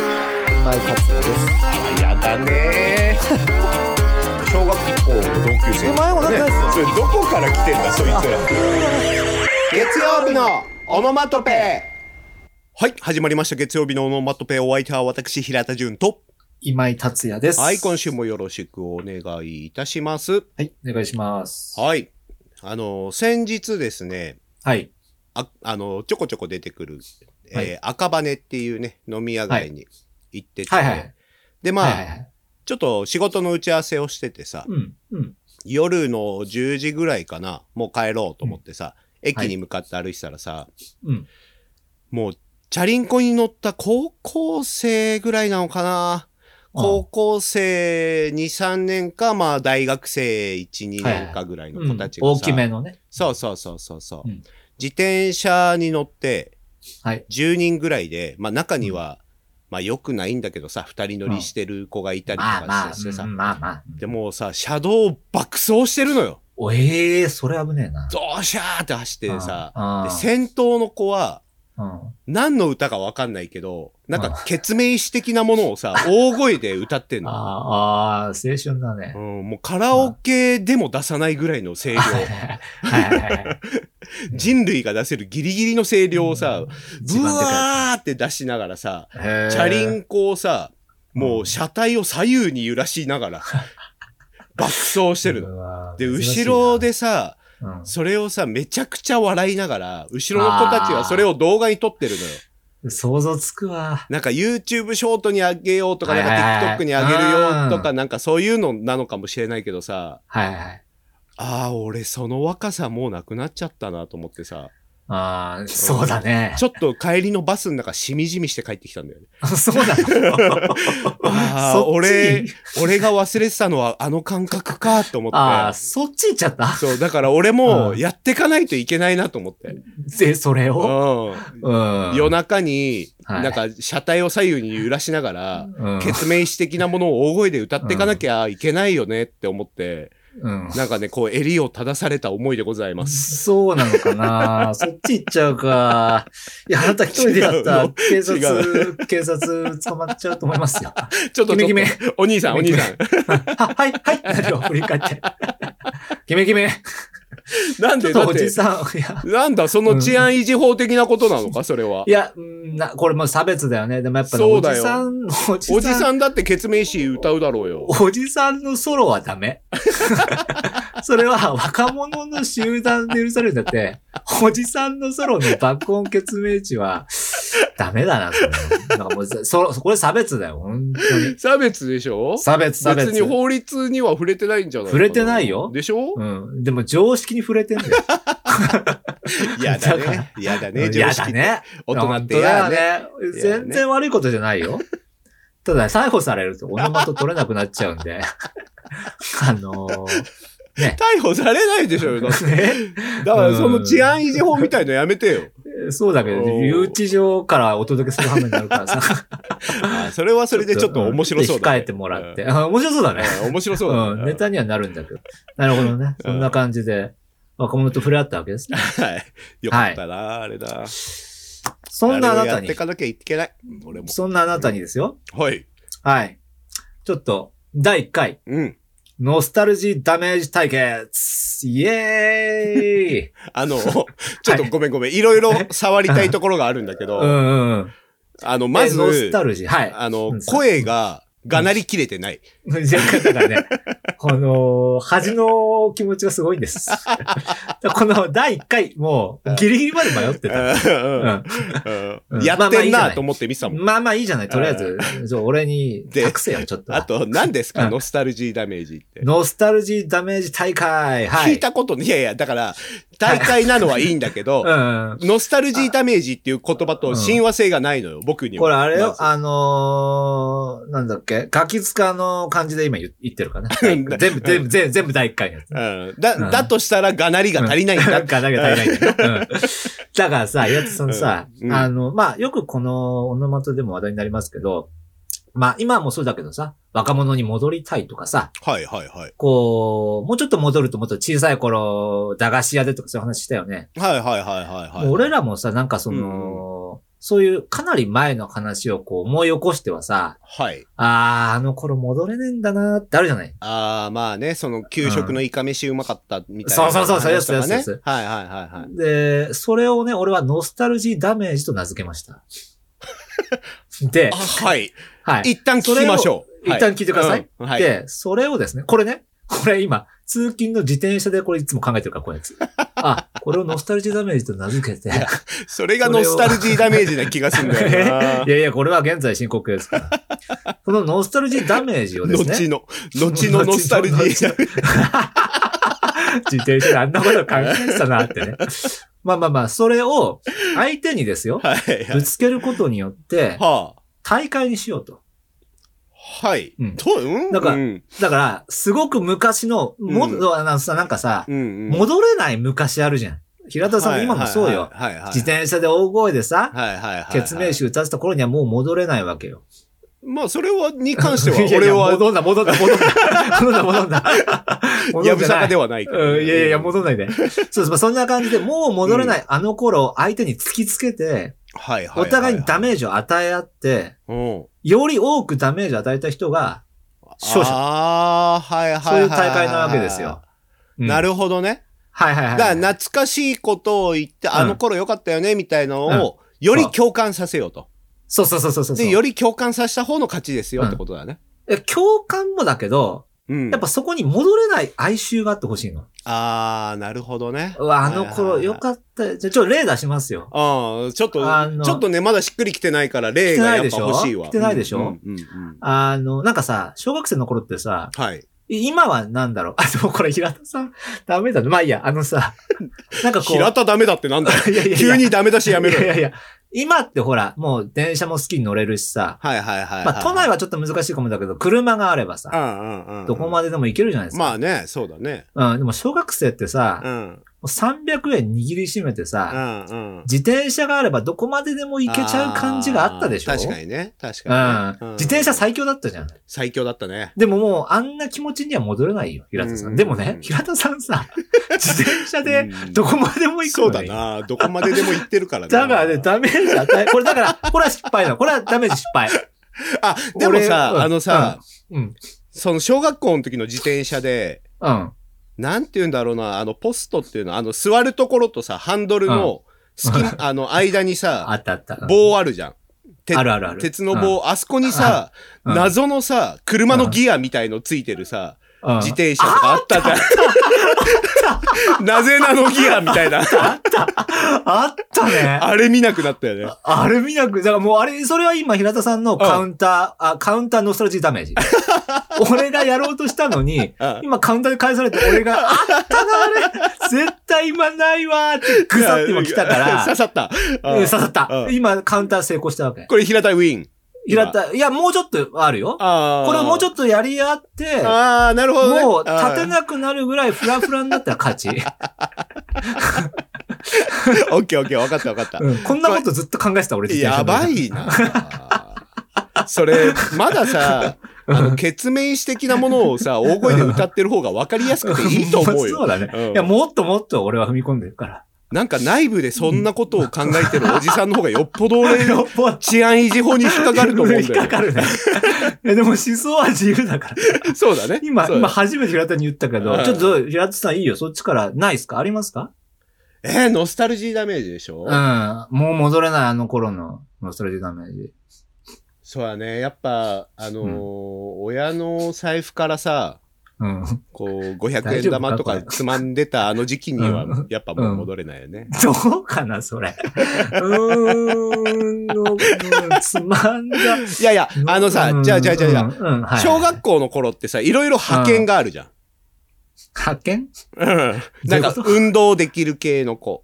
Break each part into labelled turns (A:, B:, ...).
A: 今井達也です
B: あやだねー 小学校の同級生
A: お前もだって
B: ね それどこから来てんだそいつら
A: 月曜日のオノマトペ
B: はい始まりました月曜日のオノマトペお相手は私平田純と
C: 今井達也です。
B: はい今
C: 週。
B: 週もよろしくお願いいたします
C: はい、お願いします。
B: はいあの先日ですね
C: はい。
B: ああのちょこちょこ出てくる、えー
C: はい
B: 赤羽っていうね飲み屋街に行ってて、
C: はいはい。
B: でまあ、
C: はいはいはい、
B: ちょっと仕事の打ち合わせをしててさ、
C: うん、うん。
B: 夜の10時ぐらいかな、もう帰ろうと思ってさ、駅に向かって歩いてたらさ、
C: うん。
B: もう、チャリンコに乗った高校生ぐらいなのかな高校生2、3年か、まあ大学生1、2年かぐらいの
C: う
B: 子
C: ん
B: たちがさ、
C: 大きめのね。
B: そうそうそうそうそう、
C: うん
B: 自転車に乗って
C: はい。
B: 10人ぐらいで、まあ中には、まあ良くないんだけどさ、二人乗りしてる子がいたりと
C: まあま
B: か
C: あ、
B: してさ、
C: うんまあまあ。
B: でもうさ、車道爆走してるのよ。
C: おええー、それ危ねえな。
B: ドーシャーって走ってさ、
C: ああ
B: で先頭の子は、
C: うん
B: 何の歌かわかんないけど、なんか、決命詞的なもの をさ、大声で歌ってんの。
C: あーあー、青春だ
B: う
C: ね。
B: ん、もうカラオケでも出さないぐらいの声量。
C: はいはいはい。
B: 人類が出せるギリギリの声量 をさ、
C: 一
B: ブ
C: 番でか
B: ワーって出しながらさ、
C: い、へー
B: チャリンコをさ、もう車体を左右に揺らしながら、 爆走してるの。
C: うわー
B: で、
C: 珍しいな
B: 後ろ、でさ、
C: うん
B: それをさ、めちゃくちゃ笑いながら、後ろの子たちはそれを動画に撮ってるのよ。
C: 想像つくわ。
B: なんか YouTube ショートにあげようとか、なん
C: はいはい
B: か
C: はい
B: TikTok にあげるよとか、
C: う
B: なんかそういうのなのかもしれないけどさ、
C: はいはい。
B: ああ、俺その若さもうなくなっちゃったなと思ってさ、
C: ああ、そうだね。
B: ちょっと帰りのバスの中しみじみして帰ってきたんだよね。
C: そうだね。
B: あ
C: そっ
B: あ、
C: ち
B: 俺、俺が忘れてたのはあの感覚かと思
C: ああ、
B: って。
C: そっち行っちゃった
B: そう、だから俺も
C: うん
B: やってかないといけないなと思って。
C: で、それを。
B: う
C: うん
B: ん。夜中に、
C: はい
B: なんか車体を左右に揺らしながら、
C: うん
B: 決命詞的なものを大声で歌っていかなきゃいけないよねって思って、
C: うん。
B: なんかね、こう、襟を正された思いでございます。
C: そうなのか なそっち行っちゃうか。いや、あなた一人でやった
B: 違う
C: ら
B: の、
C: 警察
B: 違、
C: 警察捕まっちゃうと思います よ。
B: ちょっと、
C: キ
B: ち
C: メ
B: ょ
C: キメ
B: っ。とお兄さん、お兄 さん。
C: は、はい、はい。 何を振り返って。キメキメ。
B: なん
C: ちょ
B: で、
C: っ
B: だ
C: と
B: っ
C: お
B: て
C: じ、さん。いや、
B: なんだ、その治安維持法的なことなのか、それは。
C: いや、うんな、これもう差別だよね。でもやっぱり、
B: そう
C: お
B: だ
C: じ
B: よ
C: さん、おじさん。
B: おじさんだって、ケツメイシ歌うだろうよ。
C: おじさんのソロはダメ。 それは若者の集団で許されるんだって、おじさんのソロの爆音決明値はダメだな、それなんかもうソロこれ差別だよ、本当に。
B: 差別でしょ
C: 差別、差別
B: 別。に法律には触れてないんじゃない
C: 触れてないよ
B: でしょ
C: うん。でも常識に触れてんだよ。
B: やだ
C: だから
B: ね。やだ
C: う
B: ね、
C: ん
B: 常
C: やだ
B: 識。
C: ね。
B: 大人って
C: 本当だ
B: や
C: よ
B: ね。
C: ね。
B: ね
C: 全然悪いことじゃないよ。ただ、逮捕されるとオノマト取れなくなっちゃうんで。 あの ー、
B: 逮捕されないでしょよ。だって
C: ね。
B: だから、その治安維持法みたいのやめてよ。
C: そうだけど、
B: おー
C: 留置場からお届けする羽目になるから さ。
B: あそれはそれでちょっと面白そうだね。
C: 控えてもらって。あ面白そうだね。
B: うん。面白そう
C: う
B: だね。
C: ん、ネタにはなるんだけど。なるほどね。そんな感じで、若者と触れ合ったわけですね。
B: はい。よかったな、あれだ。
C: そんなあ
B: れを
C: なた
B: やって
C: に
B: い、かなきゃいけない。俺も。
C: そんなあなたにですよ。
B: はい。
C: はい。ちょっと、第1回、
B: うん。
C: ノスタルジーダメージ対決イ エーイ
B: あの、ちょっとごめんごめん。いろいろ触りたいところがあるんだけど、
C: うんうんうん。
B: あの、ま
C: えノス
B: ず、
C: タルジー。はい。
B: あ
C: う
B: の
C: ん、
B: 声が、がなりきれてない。
C: 時間だからね、 この、恥の気持ちがすごいん です。この第1回、もう、ギリギリまで迷って
B: う
C: た。
B: ん
C: う
B: うん
C: ん
B: や
C: まあ
B: っ
C: まあ
B: て
C: い
B: ん
C: いじゃな
B: ないと思って見てたもん。
C: まあまあいいじゃない、とりあえず。じゃあ俺に、
B: で
C: 託せよ、ちょっと。
B: あと、何ですかノスタルジーダメージって。
C: ノスタルジーダメージ大会。はい。
B: 聞いたことね、いやいや、だから、大会なのはいいんだけど、
C: うん。
B: ノスタルジーダメージっていう言葉と親和性がないのよ、僕には。
C: これあれ
B: ま
C: よ
B: ず、
C: あのー、なんだっけガキ使の感じで今言言ってるかな。
B: う
C: 全
B: ん
C: 部、全部、全部、全部全部第1回のやつ。
B: うんだ、
C: うん
B: だとしたら、がなりが足りないんだ
C: な。んか、なんか足りないんだよ。うんだからさ、やつそのさ、
B: うん
C: あの、まあ、よくこのオノマトでも話題になりますけど、まあ、今もそうだけどさ、若者に戻りたいとかさ、
B: はいはいはい。
C: こう、もうちょっと戻るともっと小さい頃、駄菓子屋でとかそういう話したよね。
B: はいはいはいはいはい。
C: もう俺らもさ、なんかその、そういうかなり前の話をこう思い起こしてはさ、
B: はい。
C: あー、あの頃戻れねえんだなーってあるじゃない
B: ああ、まあね、その、給食のイカ飯うまかったみたいな、
C: うんそうそうそう
B: 話とか
C: そうで
B: ね
C: すそうで。
B: はいはいはいはい。
C: で、それをね、俺はノスタルジーダメージと名付けま した。で
B: あ、、はい。
C: はい。
B: 一旦聞きましょう。
C: 一旦聞いてください。
B: うんはい。
C: で、それをですね、これね、これ今、通勤の自転車でこれいつも考えてるから、こういうやつ。あ、これをノスタルジーダメージと名付けて、
B: それがノスタルジーダメージな気がするんだよな
C: い。やいや、これは現在進行形ですから。そのノスタルジーダメージをですね
B: 後、の、後のノスタルジーダメージ。
C: 自転車であんなこと考えてたなってね。まあまあまあ、それを相手にですよ、
B: はいは
C: ぶ
B: い。
C: つけることによって、
B: は
C: 大会にしようと。
B: あ。はい。
C: うん
B: どううん
C: なんか
B: うん。
C: だから、すごく昔の、も、
B: う
C: あのさ、なんかさ、
B: うん。っ
C: 戻れない昔あるじゃん。平田さんも今もそうよ。
B: はいはいはい。
C: 自転車で大声でさ、
B: はいはいはい。
C: 決命。集打つところにはもう戻れないわけよ。
B: ま あ、それは、に関して
C: いや
B: は、
C: い
B: 俺
C: や
B: は、
C: 戻んだ、戻んだ、 戻んだ。戻んだ、戻んだ。戻
B: や
C: んじ
B: ぶ
C: ゃ
B: さ
C: な
B: か
C: い
B: ではないから。
C: うん、いやいやいや、戻んないで。そうそう、そんな感じで、もう戻れない、あの頃、相手に突きつけて、
B: はいはい。
C: お互いにダ
B: ー
C: メージを与え合って、
B: ジ。うん。
C: より多くダメージを与えた人が、勝者。
B: ああ、はいはいはい。
C: そういう大会なわけですよ。。うん
B: なるほどね。
C: はいはいはい。
B: だから、懐かしいことを言って、あの頃良かったよね、みたいのを、より共感させようと。
C: そうそうそうそうそう。
B: で、より共感させた方の勝ちですよってことだね。
C: え共感もだけど、
B: うん。
C: やっぱそこに戻れない哀愁があってほしいの。
B: あー、なるほどね。
C: うわ、あの
B: はいはい
C: 頃
B: はい
C: よかった。じゃ、ちょっと例出しますよ。
B: ああ、ちょっと、
C: あの
B: ちょっとね、まだしっくりきてないから、例がやっぱ欲しいわ。
C: 来てないでしょ
B: うんうんうんうん
C: あの、なんかさ、小学生の頃ってさ、
B: はい。
C: 今はなんだろう。 あ、でもこれ平田さん、ダメだね。まあいいや、あの さ、なんかこう。
B: 平田ダメだってなんだよ
C: いやいやいや
B: 急にダメ出しやめろ
C: いやい
B: よ。
C: やいや、今ってほら、もう電車も好きに乗れるしさ、
B: はいはいはいはい。
C: まあ都内はちょっと難しいかもだけど、車があればさ、
B: は、うんうんうん。
C: どこまででも行けるじゃないです
B: ま
C: か。
B: あね、そうだね。
C: うん、でも小学生ってさ、
B: う
C: も
B: ん。
C: う300円握りしめてさ、
B: うんうん。
C: 自転車があればどこまででも行けちゃう感じがあったでしょ
B: あー確かにね。確
C: う
B: かにね、
C: ん。自転車
B: 最
C: 最強だったじゃん。
B: 最強だったね。
C: でももう、あんな気持ちには戻れないよ、平田さ。
B: うんん
C: でもね、平田さんさ、 自転車で
B: うん
C: どこまでも行く
B: そ
C: の
B: うだ
C: よ
B: な。どこまででも行ってるからな。
C: だからね、ダメージ与え、これだから、これは失敗なの。これはダメージ失敗。
B: あ、でも
C: 俺
B: さ、あのさ、
C: うん。
B: その小学校の時の自転車で、
C: うん。
B: なんて言うんだろうな、あの、ポストっていうのは、あの、座るところとさ、ハンドルの、
C: うん
B: 隙間、あの、間に
C: あ
B: さ、
C: ったあった。うん
B: 棒あるじゃん。鉄
C: あるあるある。
B: 鉄の棒、あそこにさ、
C: うん
B: 謎のさ、車のギアみたいのついてるさ、
C: うん、うん
B: 自転車とかあったじゃん。なぜなのギアみたいな。
C: あったね。
B: あれ見なくなったよね。
C: あれ見なく、だからもうあれ、それは今平田さんのカウンター、あ、カウンターノストラジーダメー ジ。俺がやろうとしたのに、
B: うん
C: 今カウンターで返されて俺 が、あったな、あれ絶対今ないわーってぐさって今来たから、う
B: 刺
C: ん
B: さった。うん
C: 刺さった。
B: うん
C: 今カウンター成功したわけ。
B: これ平田ウィン。
C: 平田、いや、もうちょっとあるよ。
B: あ
C: これをもうちょ
B: っ
C: っとやり合って、
B: ああ、なるほどね。
C: もう立て
B: い。
C: なくなるぐらいフラフラになったら勝ち。
B: オッケーオッケー、わかったわかった。
C: うんこんなことずっと考えてた俺自転車
B: や
C: の
B: ば
C: 中で
B: いな。それ、まださ、あの、決面詞的なものをさ、大声で歌ってる方が分かりやすくていいと思う
C: そう
B: よ。
C: だね。
B: うん
C: いや、もっともっと俺は踏み込んでるから。
B: なんか内部でそんなことを考えてるおじさんの方がよっぽど俺の
C: っぽど
B: 治安維持法に引っかかると思うん
C: 引っ
B: だ
C: か
B: よ。
C: かるね。いやでも思想は自由だから。
B: そうだね。
C: 今、
B: そう
C: 今
B: だ
C: 初めて平田に言ったけ
B: う
C: ど、
B: ん
C: ちょっと平田さんいいよ。そっちからないですかありますか
B: えー、ノスタルジーダメージでしょ、
C: うん。もう戻れないあの頃の、ノストラジーダメージ。
B: そうだね。やっぱ、あのー親の財布からさ、
C: うん。
B: こう、500円玉
C: 大
B: と
C: 丈夫かこれ
B: かつまんでたあの時期には
C: うん、
B: やっぱもう戻れないよね。
C: どうかな、それ。うーんの、うんつまんだ。
B: いやいや、 あのさ
C: う、ん
B: じゃあじゃあじゃあじゃあ、
C: うんうんはい
B: 小学校の頃ってさ、いろいろ派遣があるじゃん。
C: 派遣
B: うん
C: どう
B: ないん
C: うこ
B: か
C: と、
B: 運動できる系の子。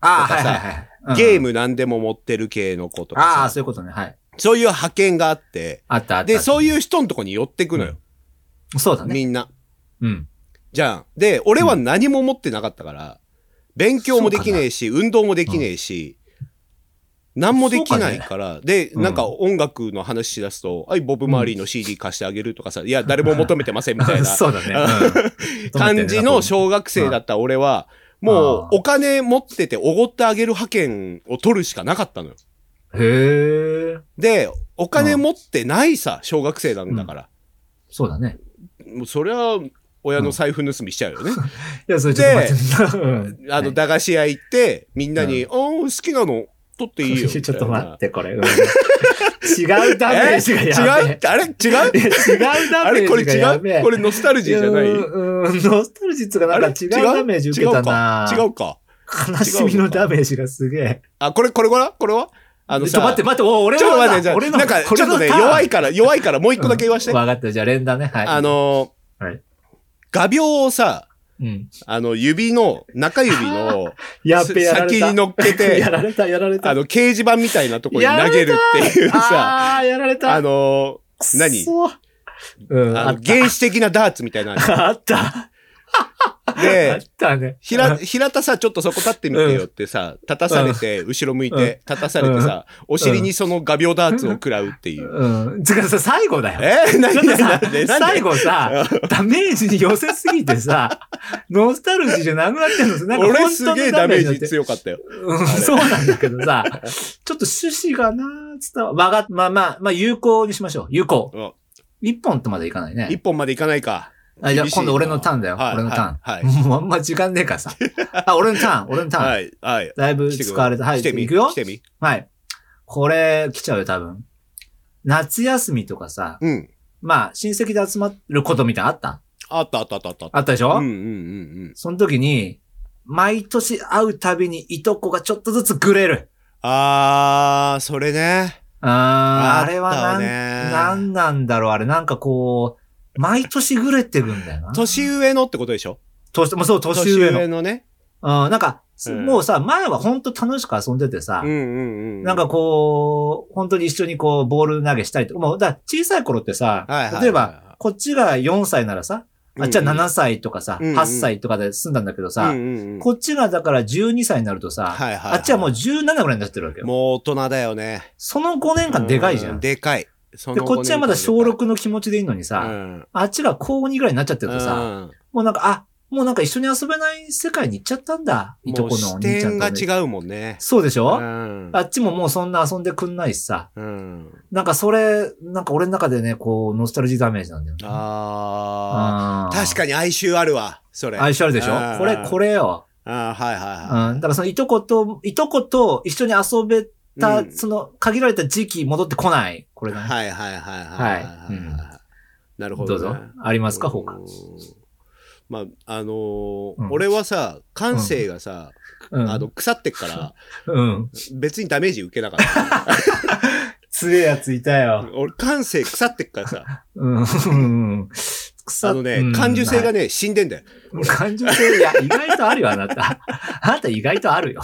C: ああ、
B: と
C: は
B: か
C: い
B: さ
C: はいはい。
B: ゲー
C: ム
B: ム何でも持ってる系の子と
C: ああ、
B: かさ、
C: そういうことね。はい。
B: そういう派遣があって、
C: あったあった。
B: で、そういう人のとこに寄ってくのよ。
C: そうだね。
B: みんな。
C: うん。
B: じゃん。で、俺は何も持ってなかったから、勉強もできねえし、運動もできねえし、何もできないから、で、
C: うん
B: なんか音楽の話し出すと、はい、ボブ・マーリーの CD 貸してあげるとかさ、いや、誰も求めてませんみたい な
C: そうだね。うん
B: 感じ の小学生だった俺は、
C: うん
B: もうお金持ってておごってあげる派遣を取るしかなかったのよ。
C: へえ。
B: で、お金持ってないさ、小学生なんだから。
C: そうだね。
B: もうそりゃ、親の財布盗みしちゃうよね。
C: いや、それちょっと待って。 うん
B: あの、、駄菓子屋行って、みんなに、ああ、好きなの、取っていい よ。。
C: ちょっと待ってて、こ れ。うん違うダメージが
B: 違
C: やべ
B: う
C: え。
B: あれ違う
C: いや違うダ
B: あ
C: メ
B: れこ
C: ー
B: れ
C: ジが
B: 違
C: やべえ。
B: うこれノスタルジーじゃない
C: うん、うんノスタルジーっつうかなんか
B: あれ
C: 違うダメージ受けたな
B: 違うか。
C: 悲しみのダメージがすげえ。
B: あ、これ、これはこれはあの
C: ちょ、
B: さ、
C: 待って待って、お俺
B: ちょっと
C: の
B: 待って、じゃあ
C: 俺の、
B: なんか、
C: こ
B: ち
C: れ
B: ょっ
C: の
B: とね、
C: ターン
B: 弱いから、弱いから、もう一個だけ言わして。
C: わかった、じゃあ連打ね。はい。
B: あ、のー
C: はい
B: 画鋲をさ、
C: うん。
B: あの、指の、中指の
C: やっべ、やられた。
B: 先に乗っけ
C: や
B: て、
C: られた、やられた。
B: あの、掲示板みたいなとこに投げるっていうさ、
C: あーやられた。
B: あの
C: くっ
B: ー、何
C: そうん、あ
B: あ
C: っ
B: の原始的なダーツみたいなの
C: た。あった。あっ
B: で、
C: たね。
B: ひら、平田さ、ちょっとそこ立ってみてよってさ、立たされて、後ろ向いて、立たされてさ、お尻にその画鋲ダーツを食らうっていう。
C: うん。つうかさ、最後だよ。
B: えー、
C: ちょっ
B: 何
C: と
B: な
C: さ
B: んで、
C: 最後さ、ダメージに寄せすぎてさ、ノスタルジーじゃなくなってんのさ、なんか
B: 俺
C: 本
B: す
C: 当
B: げえ
C: の
B: ダ
C: ダメ
B: メ
C: ージになっ
B: ー
C: て
B: ジ。強かったよ。
C: うん、そうなんだけどさ、ちょっと趣旨がな、伝わ、わが、まあまあ、まあ、有効にしましょう。有効。
B: うん
C: 一本とまでいかない
B: 一
C: ね。
B: 本までいかないか。
C: あじゃあ
B: 厳しい
C: 今度俺のターンだよ。
B: はい
C: 俺のター
B: はい
C: ン。もうあんま時間ねえから さ。あ、俺のターン、俺のターン。
B: はい、はい。
C: だいぶ
B: 来てく
C: 使われた。はい、
B: 来てみ、
C: いくよ
B: 来。てみ。
C: はい。これ、来ちゃうよ、多分。夏休みとかさ、
B: うん。
C: まあ、親戚で集まることみたいなのあった
B: あったあったあったあった。
C: あったでしょ、
B: うんうんうんうん。
C: その時に、毎年会うたびにいとこがちょっとずつグレる。
B: あー、それね。
C: あーあ
B: った
C: れはなん、
B: ね
C: なんなんだろう、あれ。なんかこう、毎年グレてくんだよな。
B: 年上のってことでしょ
C: 年、もうそう、年上の。
B: のね。
C: うん、なんか、
B: うん
C: もうさ、前は本当楽しく遊んでてさ、
B: うんうんうん。
C: なんか、こう、本当に一緒にこう、ボール投げしたりとか、もう、だから小さい頃ってさ、
B: はいはいはいはい
C: 例えば、こっちが4歳ならさ、あっちは7歳とかさ、
B: うんうん
C: 8歳とかで済んだんだけどさ、
B: うんうんうん
C: こっちがだから12歳になるとさ、
B: はいはいはい
C: あっちはもう17ぐらいになってるわけよ。
B: もう大人だよね。
C: その5年間でかいじゃ。
B: うん
C: で、
B: でかい。その
C: こっちはまだ小
B: 五年
C: 6の気持ちでいいのに
B: 間
C: さ、
B: で
C: あっちが高2ぐらいになっちゃって
B: かい。
C: る
B: う
C: と
B: ん。
C: さ、
B: うん
C: もうなんか、あ、もうなんか一緒に遊べない世界に行っちゃったんだ。いと
B: も
C: こ
B: う
C: のお
B: 視
C: 兄ちゃん
B: 点
C: と
B: が
C: お姉ちゃん。
B: 違うもんね。
C: そうでしょ、
B: うん
C: あっちももうそんな遊んでくんないしさ、
B: うん。
C: なんかそれ、なんか俺の中でね、こう、ノスタルジーダメージなんだよね。
B: あ
C: うん
B: ー。確かに哀愁あるわ。それ。
C: 相性あるでしょ
B: うん
C: これ、これよ。
B: あーはいは
C: うん。だ
B: いはい。
C: からそのいとこと、いとこと一緒に遊べた、
B: うん
C: その限られた時期戻ってこない。これだね。
B: はいはいはいはい
C: は
B: はいい。
C: うん
B: な
C: ど
B: るほ
C: う
B: ど、ね。
C: ぞ。ありますか、
B: う
C: 他。
B: んまあ、あのー
C: うん
B: 俺はさ、感性がさ、
C: うん。
B: あの、腐ってっから、
C: うん。
B: 別にダメージ受けなかった。
C: 強えやついたよ。
B: 俺、感性腐ってっからさ、
C: うん。うん腐っ
B: あのね、
C: うん
B: 感受性がね、死んでんだよ。
C: 感情性、いや、意外とあるよ、あなた。 あなた意外とあるよ。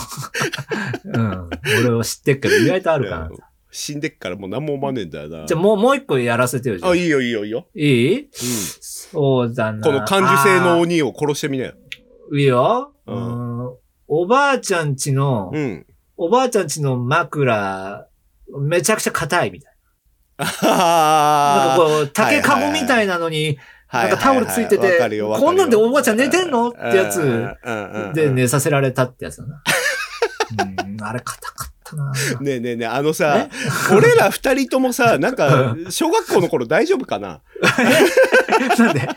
C: うん。俺は知ってっけど、意外とあるから。
B: うん死んでっからもう何も思わねえんだよな。
C: じゃあ、もう、もう一個やらせてよ、じゃあ
B: あ、いいよいいよいいよ。
C: いい
B: うん
C: そうだな。
B: この感受性の鬼を殺してみなよ。
C: あー。いいよ。う。
B: うん
C: おばあちゃんちの、
B: うん。
C: おばあちゃんちの枕、めちゃくちゃ硬いみたいな。なんか
B: は
C: こう、竹かごみたいなのに、なんかタオルついてて
B: わかるよわかるよ
C: こんなんでおばあちゃん寝てんのってやつ
B: うんうんうんうん
C: で寝させられたってやつだな。うん、あれ硬かったな。
B: ねえねえねえ、あのさ
C: え、
B: 俺ら二人ともさ、なんか、小学校の頃大丈夫かな
C: なん で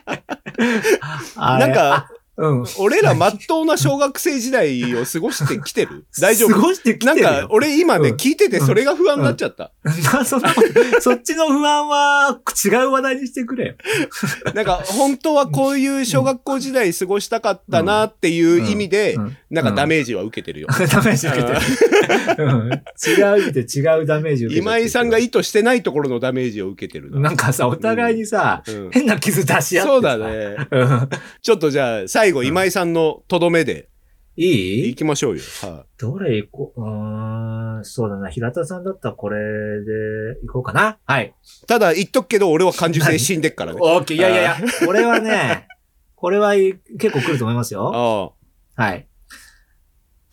C: あれ
B: なんか、
C: あうん。
B: 俺ら真っ当な小学生時代を過ごしてきてる 大丈
C: 過
B: 夫
C: ごしてき
B: な
C: て
B: ん
C: るよ。
B: か、俺今ね、
C: うん
B: 聞いててそれが不安になっちゃった。
C: なそんなこと そっちの不安は違う話題にしてくれよ。
B: なんか、本当はこういう小学校時代過ごしたかったなっていう意味で
C: う、ん
B: なんかダメージは受けてるよ。
C: ダメージ受けてる。うん違う意味で違うダメージ受けてる
B: 今井さんが意図してないところのダメージを受けてるな。
C: なんかさ、お互いにさ、
B: う ん
C: 変な傷出し合ってさ
B: そうだ。ね。
C: うん
B: ちょっとじゃあ、最後、今井さんのとどめで
C: い
B: 行
C: い
B: きましょうよ。は
C: どれ行こううーん、そうだな。平田さんだったらこれで行こうかな。はい。
B: いただ、言っとくけど、俺は感受性死んでっからね。
C: オッケー。いやいやいや、これは ね、これはい結構来ると思いますよ。
B: ああ。
C: はい。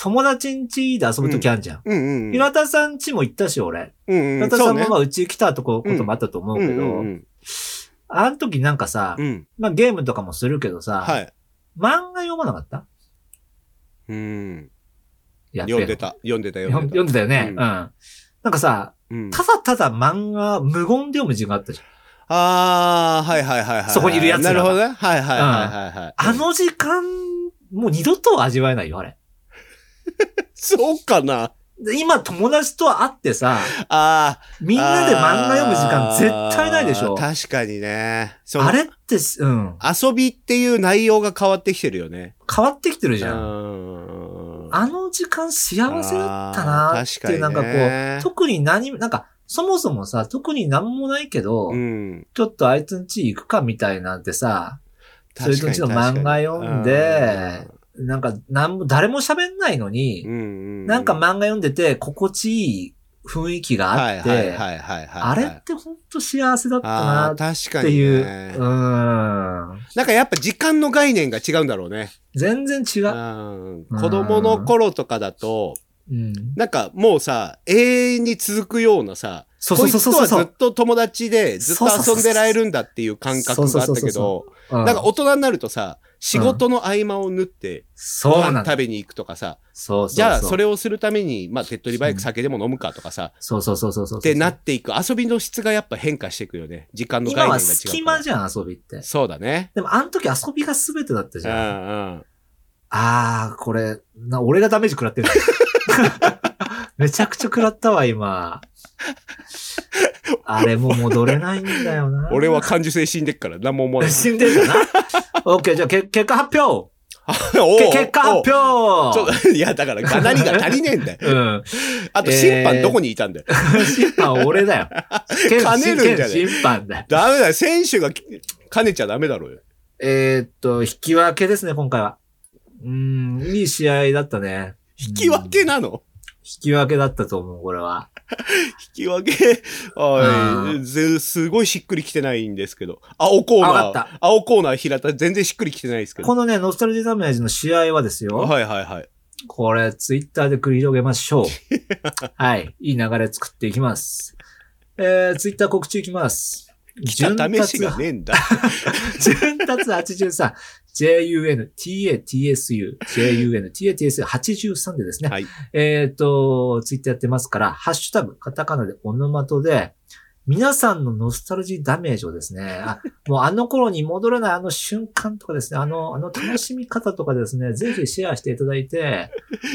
C: 友達ん家で遊ぶときあるじゃん。
B: うんうんうん。
C: 平田さん家も行ったし、俺。
B: うんう
C: 平
B: ん。
C: 田さ
B: そうんね
C: もまあ、うち来たとこ、こともあったと思うけ
B: うんうんう
C: ど、
B: ん
C: あの時なんかさ
B: う、ん。
C: まあゲームとかもするけどさ、
B: はい。
C: 漫画読まなかった
B: うん。
C: やっべえ
B: 読んでた。読んでた、
C: 読ん読
B: 読んでた。
C: んでたよね。う。
B: うんん
C: なんなんかさ、
B: うん。
C: ただただ漫画、無言で読む時間あったじゃん。
B: ああ、はいはいはいはい。
C: そこにいるやつら
B: な
C: が
B: るほどね。はいはいはいはいはい。
C: あ、の時間、もう二度と味わえないよ、あれ。
B: そうかな。
C: で今、友達と会ってさ、
B: ああ。
C: みんなで漫画読む時間絶対ないでしょ。
B: あー確かにね。その
C: あれってす、うん、
B: 遊びっていう内容が変わってきてるよね。
C: 変わってきてる
B: う
C: じゃん。
B: ーん。
C: あの時間幸せだったなーっていう、な
B: あー
C: ん
B: 確
C: か
B: かに
C: こ
B: ね
C: う、特に何も、なんか、そもそもさ、特に何もないけど、
B: うん。
C: ちょっとあいつん家行くかみたいなんてさ、それとうちの漫画読んで、なんか、なんも、誰も喋んないのに、
B: な
C: なんか漫画読んでて、心地いい雰囲気があって、あれってほんと幸せだった
B: あ
C: な
B: あ
C: っ
B: ー、確か
C: て
B: に、
C: いう。
B: ね。
C: うーん。
B: なんかやっぱ時間の概念が違うんだろうね。
C: 全然違
B: う
C: う。
B: ん、子供の頃とかだと、
C: うん。
B: なんかもうさ、永遠に続くようなさ、
C: そうそうそうそう
B: こいつと
C: そ
B: はず
C: う
B: っと友達でずっ
C: そうそうそ
B: と
C: う
B: 遊んでられるんだっていう感覚があっ
C: そ
B: た
C: うそうそう
B: け
C: そ
B: ど、
C: うん。
B: なんか大人になるとさ、仕事の合間を縫って、
C: そ
B: ご
C: うな
B: 飯
C: んだ
B: 食。べに行くとかさ、
C: そうそうそう。
B: じゃあそ
C: れ。
B: れをするために、まあ手っ取り早く酒でも飲むかとかさ、
C: そうそうそうそうそう。
B: ってなっていく。遊びの質がやっぱ変化していくよね。時間の
C: 今は
B: 概念が違うから。
C: 隙間じゃん、遊びって。
B: そうだね。
C: でも、あの時遊びが全てだった
B: う
C: じ
B: んう
C: ゃん。
B: ん。
C: あー、これ、な、俺がダメージ食らって る。めちゃくちゃ食らったわ、今。あれもう戻れないんだよな。
B: 俺は感受性死んでっから何も思わな い。
C: 死んでるかな ?OK, じゃあけ結果発表
B: おう
C: け結果発
B: おう
C: 表
B: ちょいや、だから、がなりが足りねえんだよ。
C: うん。
B: あ と、審判どこにいたんだよ。
C: 審判俺だよ。
B: 兼ねるんじゃねえ
C: 審判だよ。
B: ダメだよ。選手が兼ねちゃダメだろうよ。
C: えーっと、引き分けですね、今回は。うーん、いい試合だったね。
B: 引き分け
C: うん
B: なの
C: 引き分けだったと思う、これは。
B: 引き分け。は
C: う
B: い。ずすごいしっくりきてないんですけど。青コー
C: あわ
B: ナ
C: か
B: ー
C: っ。
B: 青コーナー平田全然しっくりきてないですけど。
C: このね、ノスタルジーダメージの試合はですよ。
B: はいはいはい。
C: これ、ツイッターで繰り広げましょう。はい。いい流れ作っていきます。えー、ツイッター告知いきます。
B: 来た試しがねえ んだ。
C: 順達83、JUNTATSU、JUNTATSU83 でですね。
B: はい
C: えっ、と、ツイッターやってますから、ハッシュタグ、カタカナでオノマトで、皆さんのノスタルジーダメージをですね、あもうあの頃に戻れないあの瞬間とかですね、あの、あの楽しみ方とかですね、ぜひシェアしていただいて、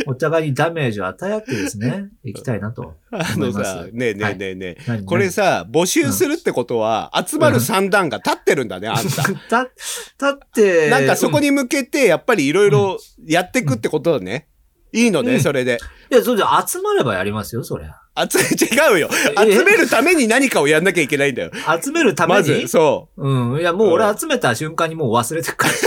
C: お互いにダメージを与え合ってですね、いきたいなと。
B: あのさ、ねえねえねえねえ。
C: 何
B: これ
C: 何
B: さ、募集するってことは、集まる三段が立ってるんだね、あん た。
C: だ、だって、
B: なんかそこに向けて、やっぱりいろいろやってくってことだね。いいの
C: うん
B: ね、それで。
C: いや、それで集まればやりますよ、そりゃ。
B: 集め、違うよ。集めるために何かをやんなきゃいけないんだよ。
C: 集めるため
B: ま
C: に、
B: ず、そ
C: うん。いや、もう俺集めた瞬間にもう忘れてるから。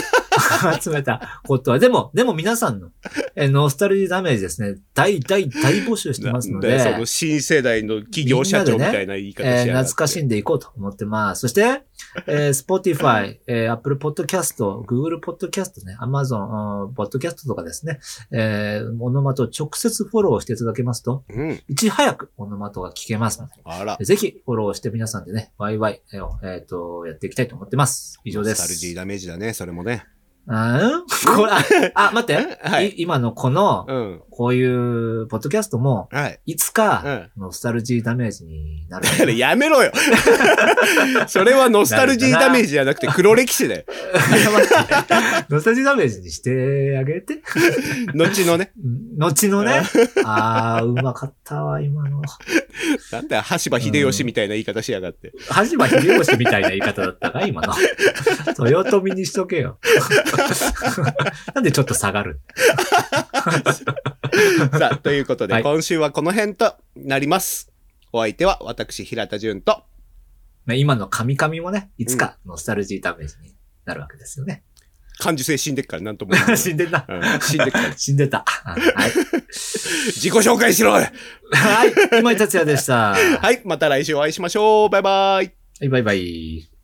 C: 集めたことは。でも、でも皆さんの、え、ノスタルジーダメージですね。大、大、大募集し
B: う。
C: て
B: な
C: ますの
B: ん
C: で、
B: で、その新世代の企業社長みたいな言い方
C: えー
B: しやがって
C: 懐かしんでいこうと思ってます。そして、えー Spotify、えー Apple Podcast、Google Podcast ね、Amazon、うん Podcast とかですね、えー、オノマトを直接フォローしていただけますと、
B: うん。
C: いち早くオノマトが聞けますので、
B: あら。
C: ぜひフォローして皆さんでね、ワイワイえーえっ、と、やっていきたいと思ってます。以上です。
B: ノスタルジーダメージだね、それもね。
C: うん これ、あ、あ待って、
B: はい
C: い今のこの、
B: うん。
C: こういう、ポッドキャストも、
B: はい。
C: いつ
B: う
C: か、
B: ん。
C: ノスタルジーダメージになる。
B: だか らやめろよそれはノスタルジーダメージじゃなくて黒 歴史だよ。
C: ノスタルジーダメージにしてあげて。
B: 後のね。
C: うん後のね。 あー、うまかったわ、今の。
B: なんだよ、橋場秀吉みたいな言い方しやがって。
C: はじまひでよしみたいな言い方だったか、今 の。豊臣にしとけよ。 なんでちょっと下がる
B: さあ、ということで、
C: はい
B: 今週はこの辺となります。お相手は私、平田純と、
C: ね今の神々もね、いつかノスタルジーダメージになるわけですよね。
B: 感受性死んでっからなんとも言えな い。
C: 死んでんな。
B: うん、死んでっから。
C: 死んでた。はい。
B: 自己紹介しろは 、
C: はい。今井達也でした。はい
B: また来週お会いしましょう。バイバイ。
C: い。バイバイ。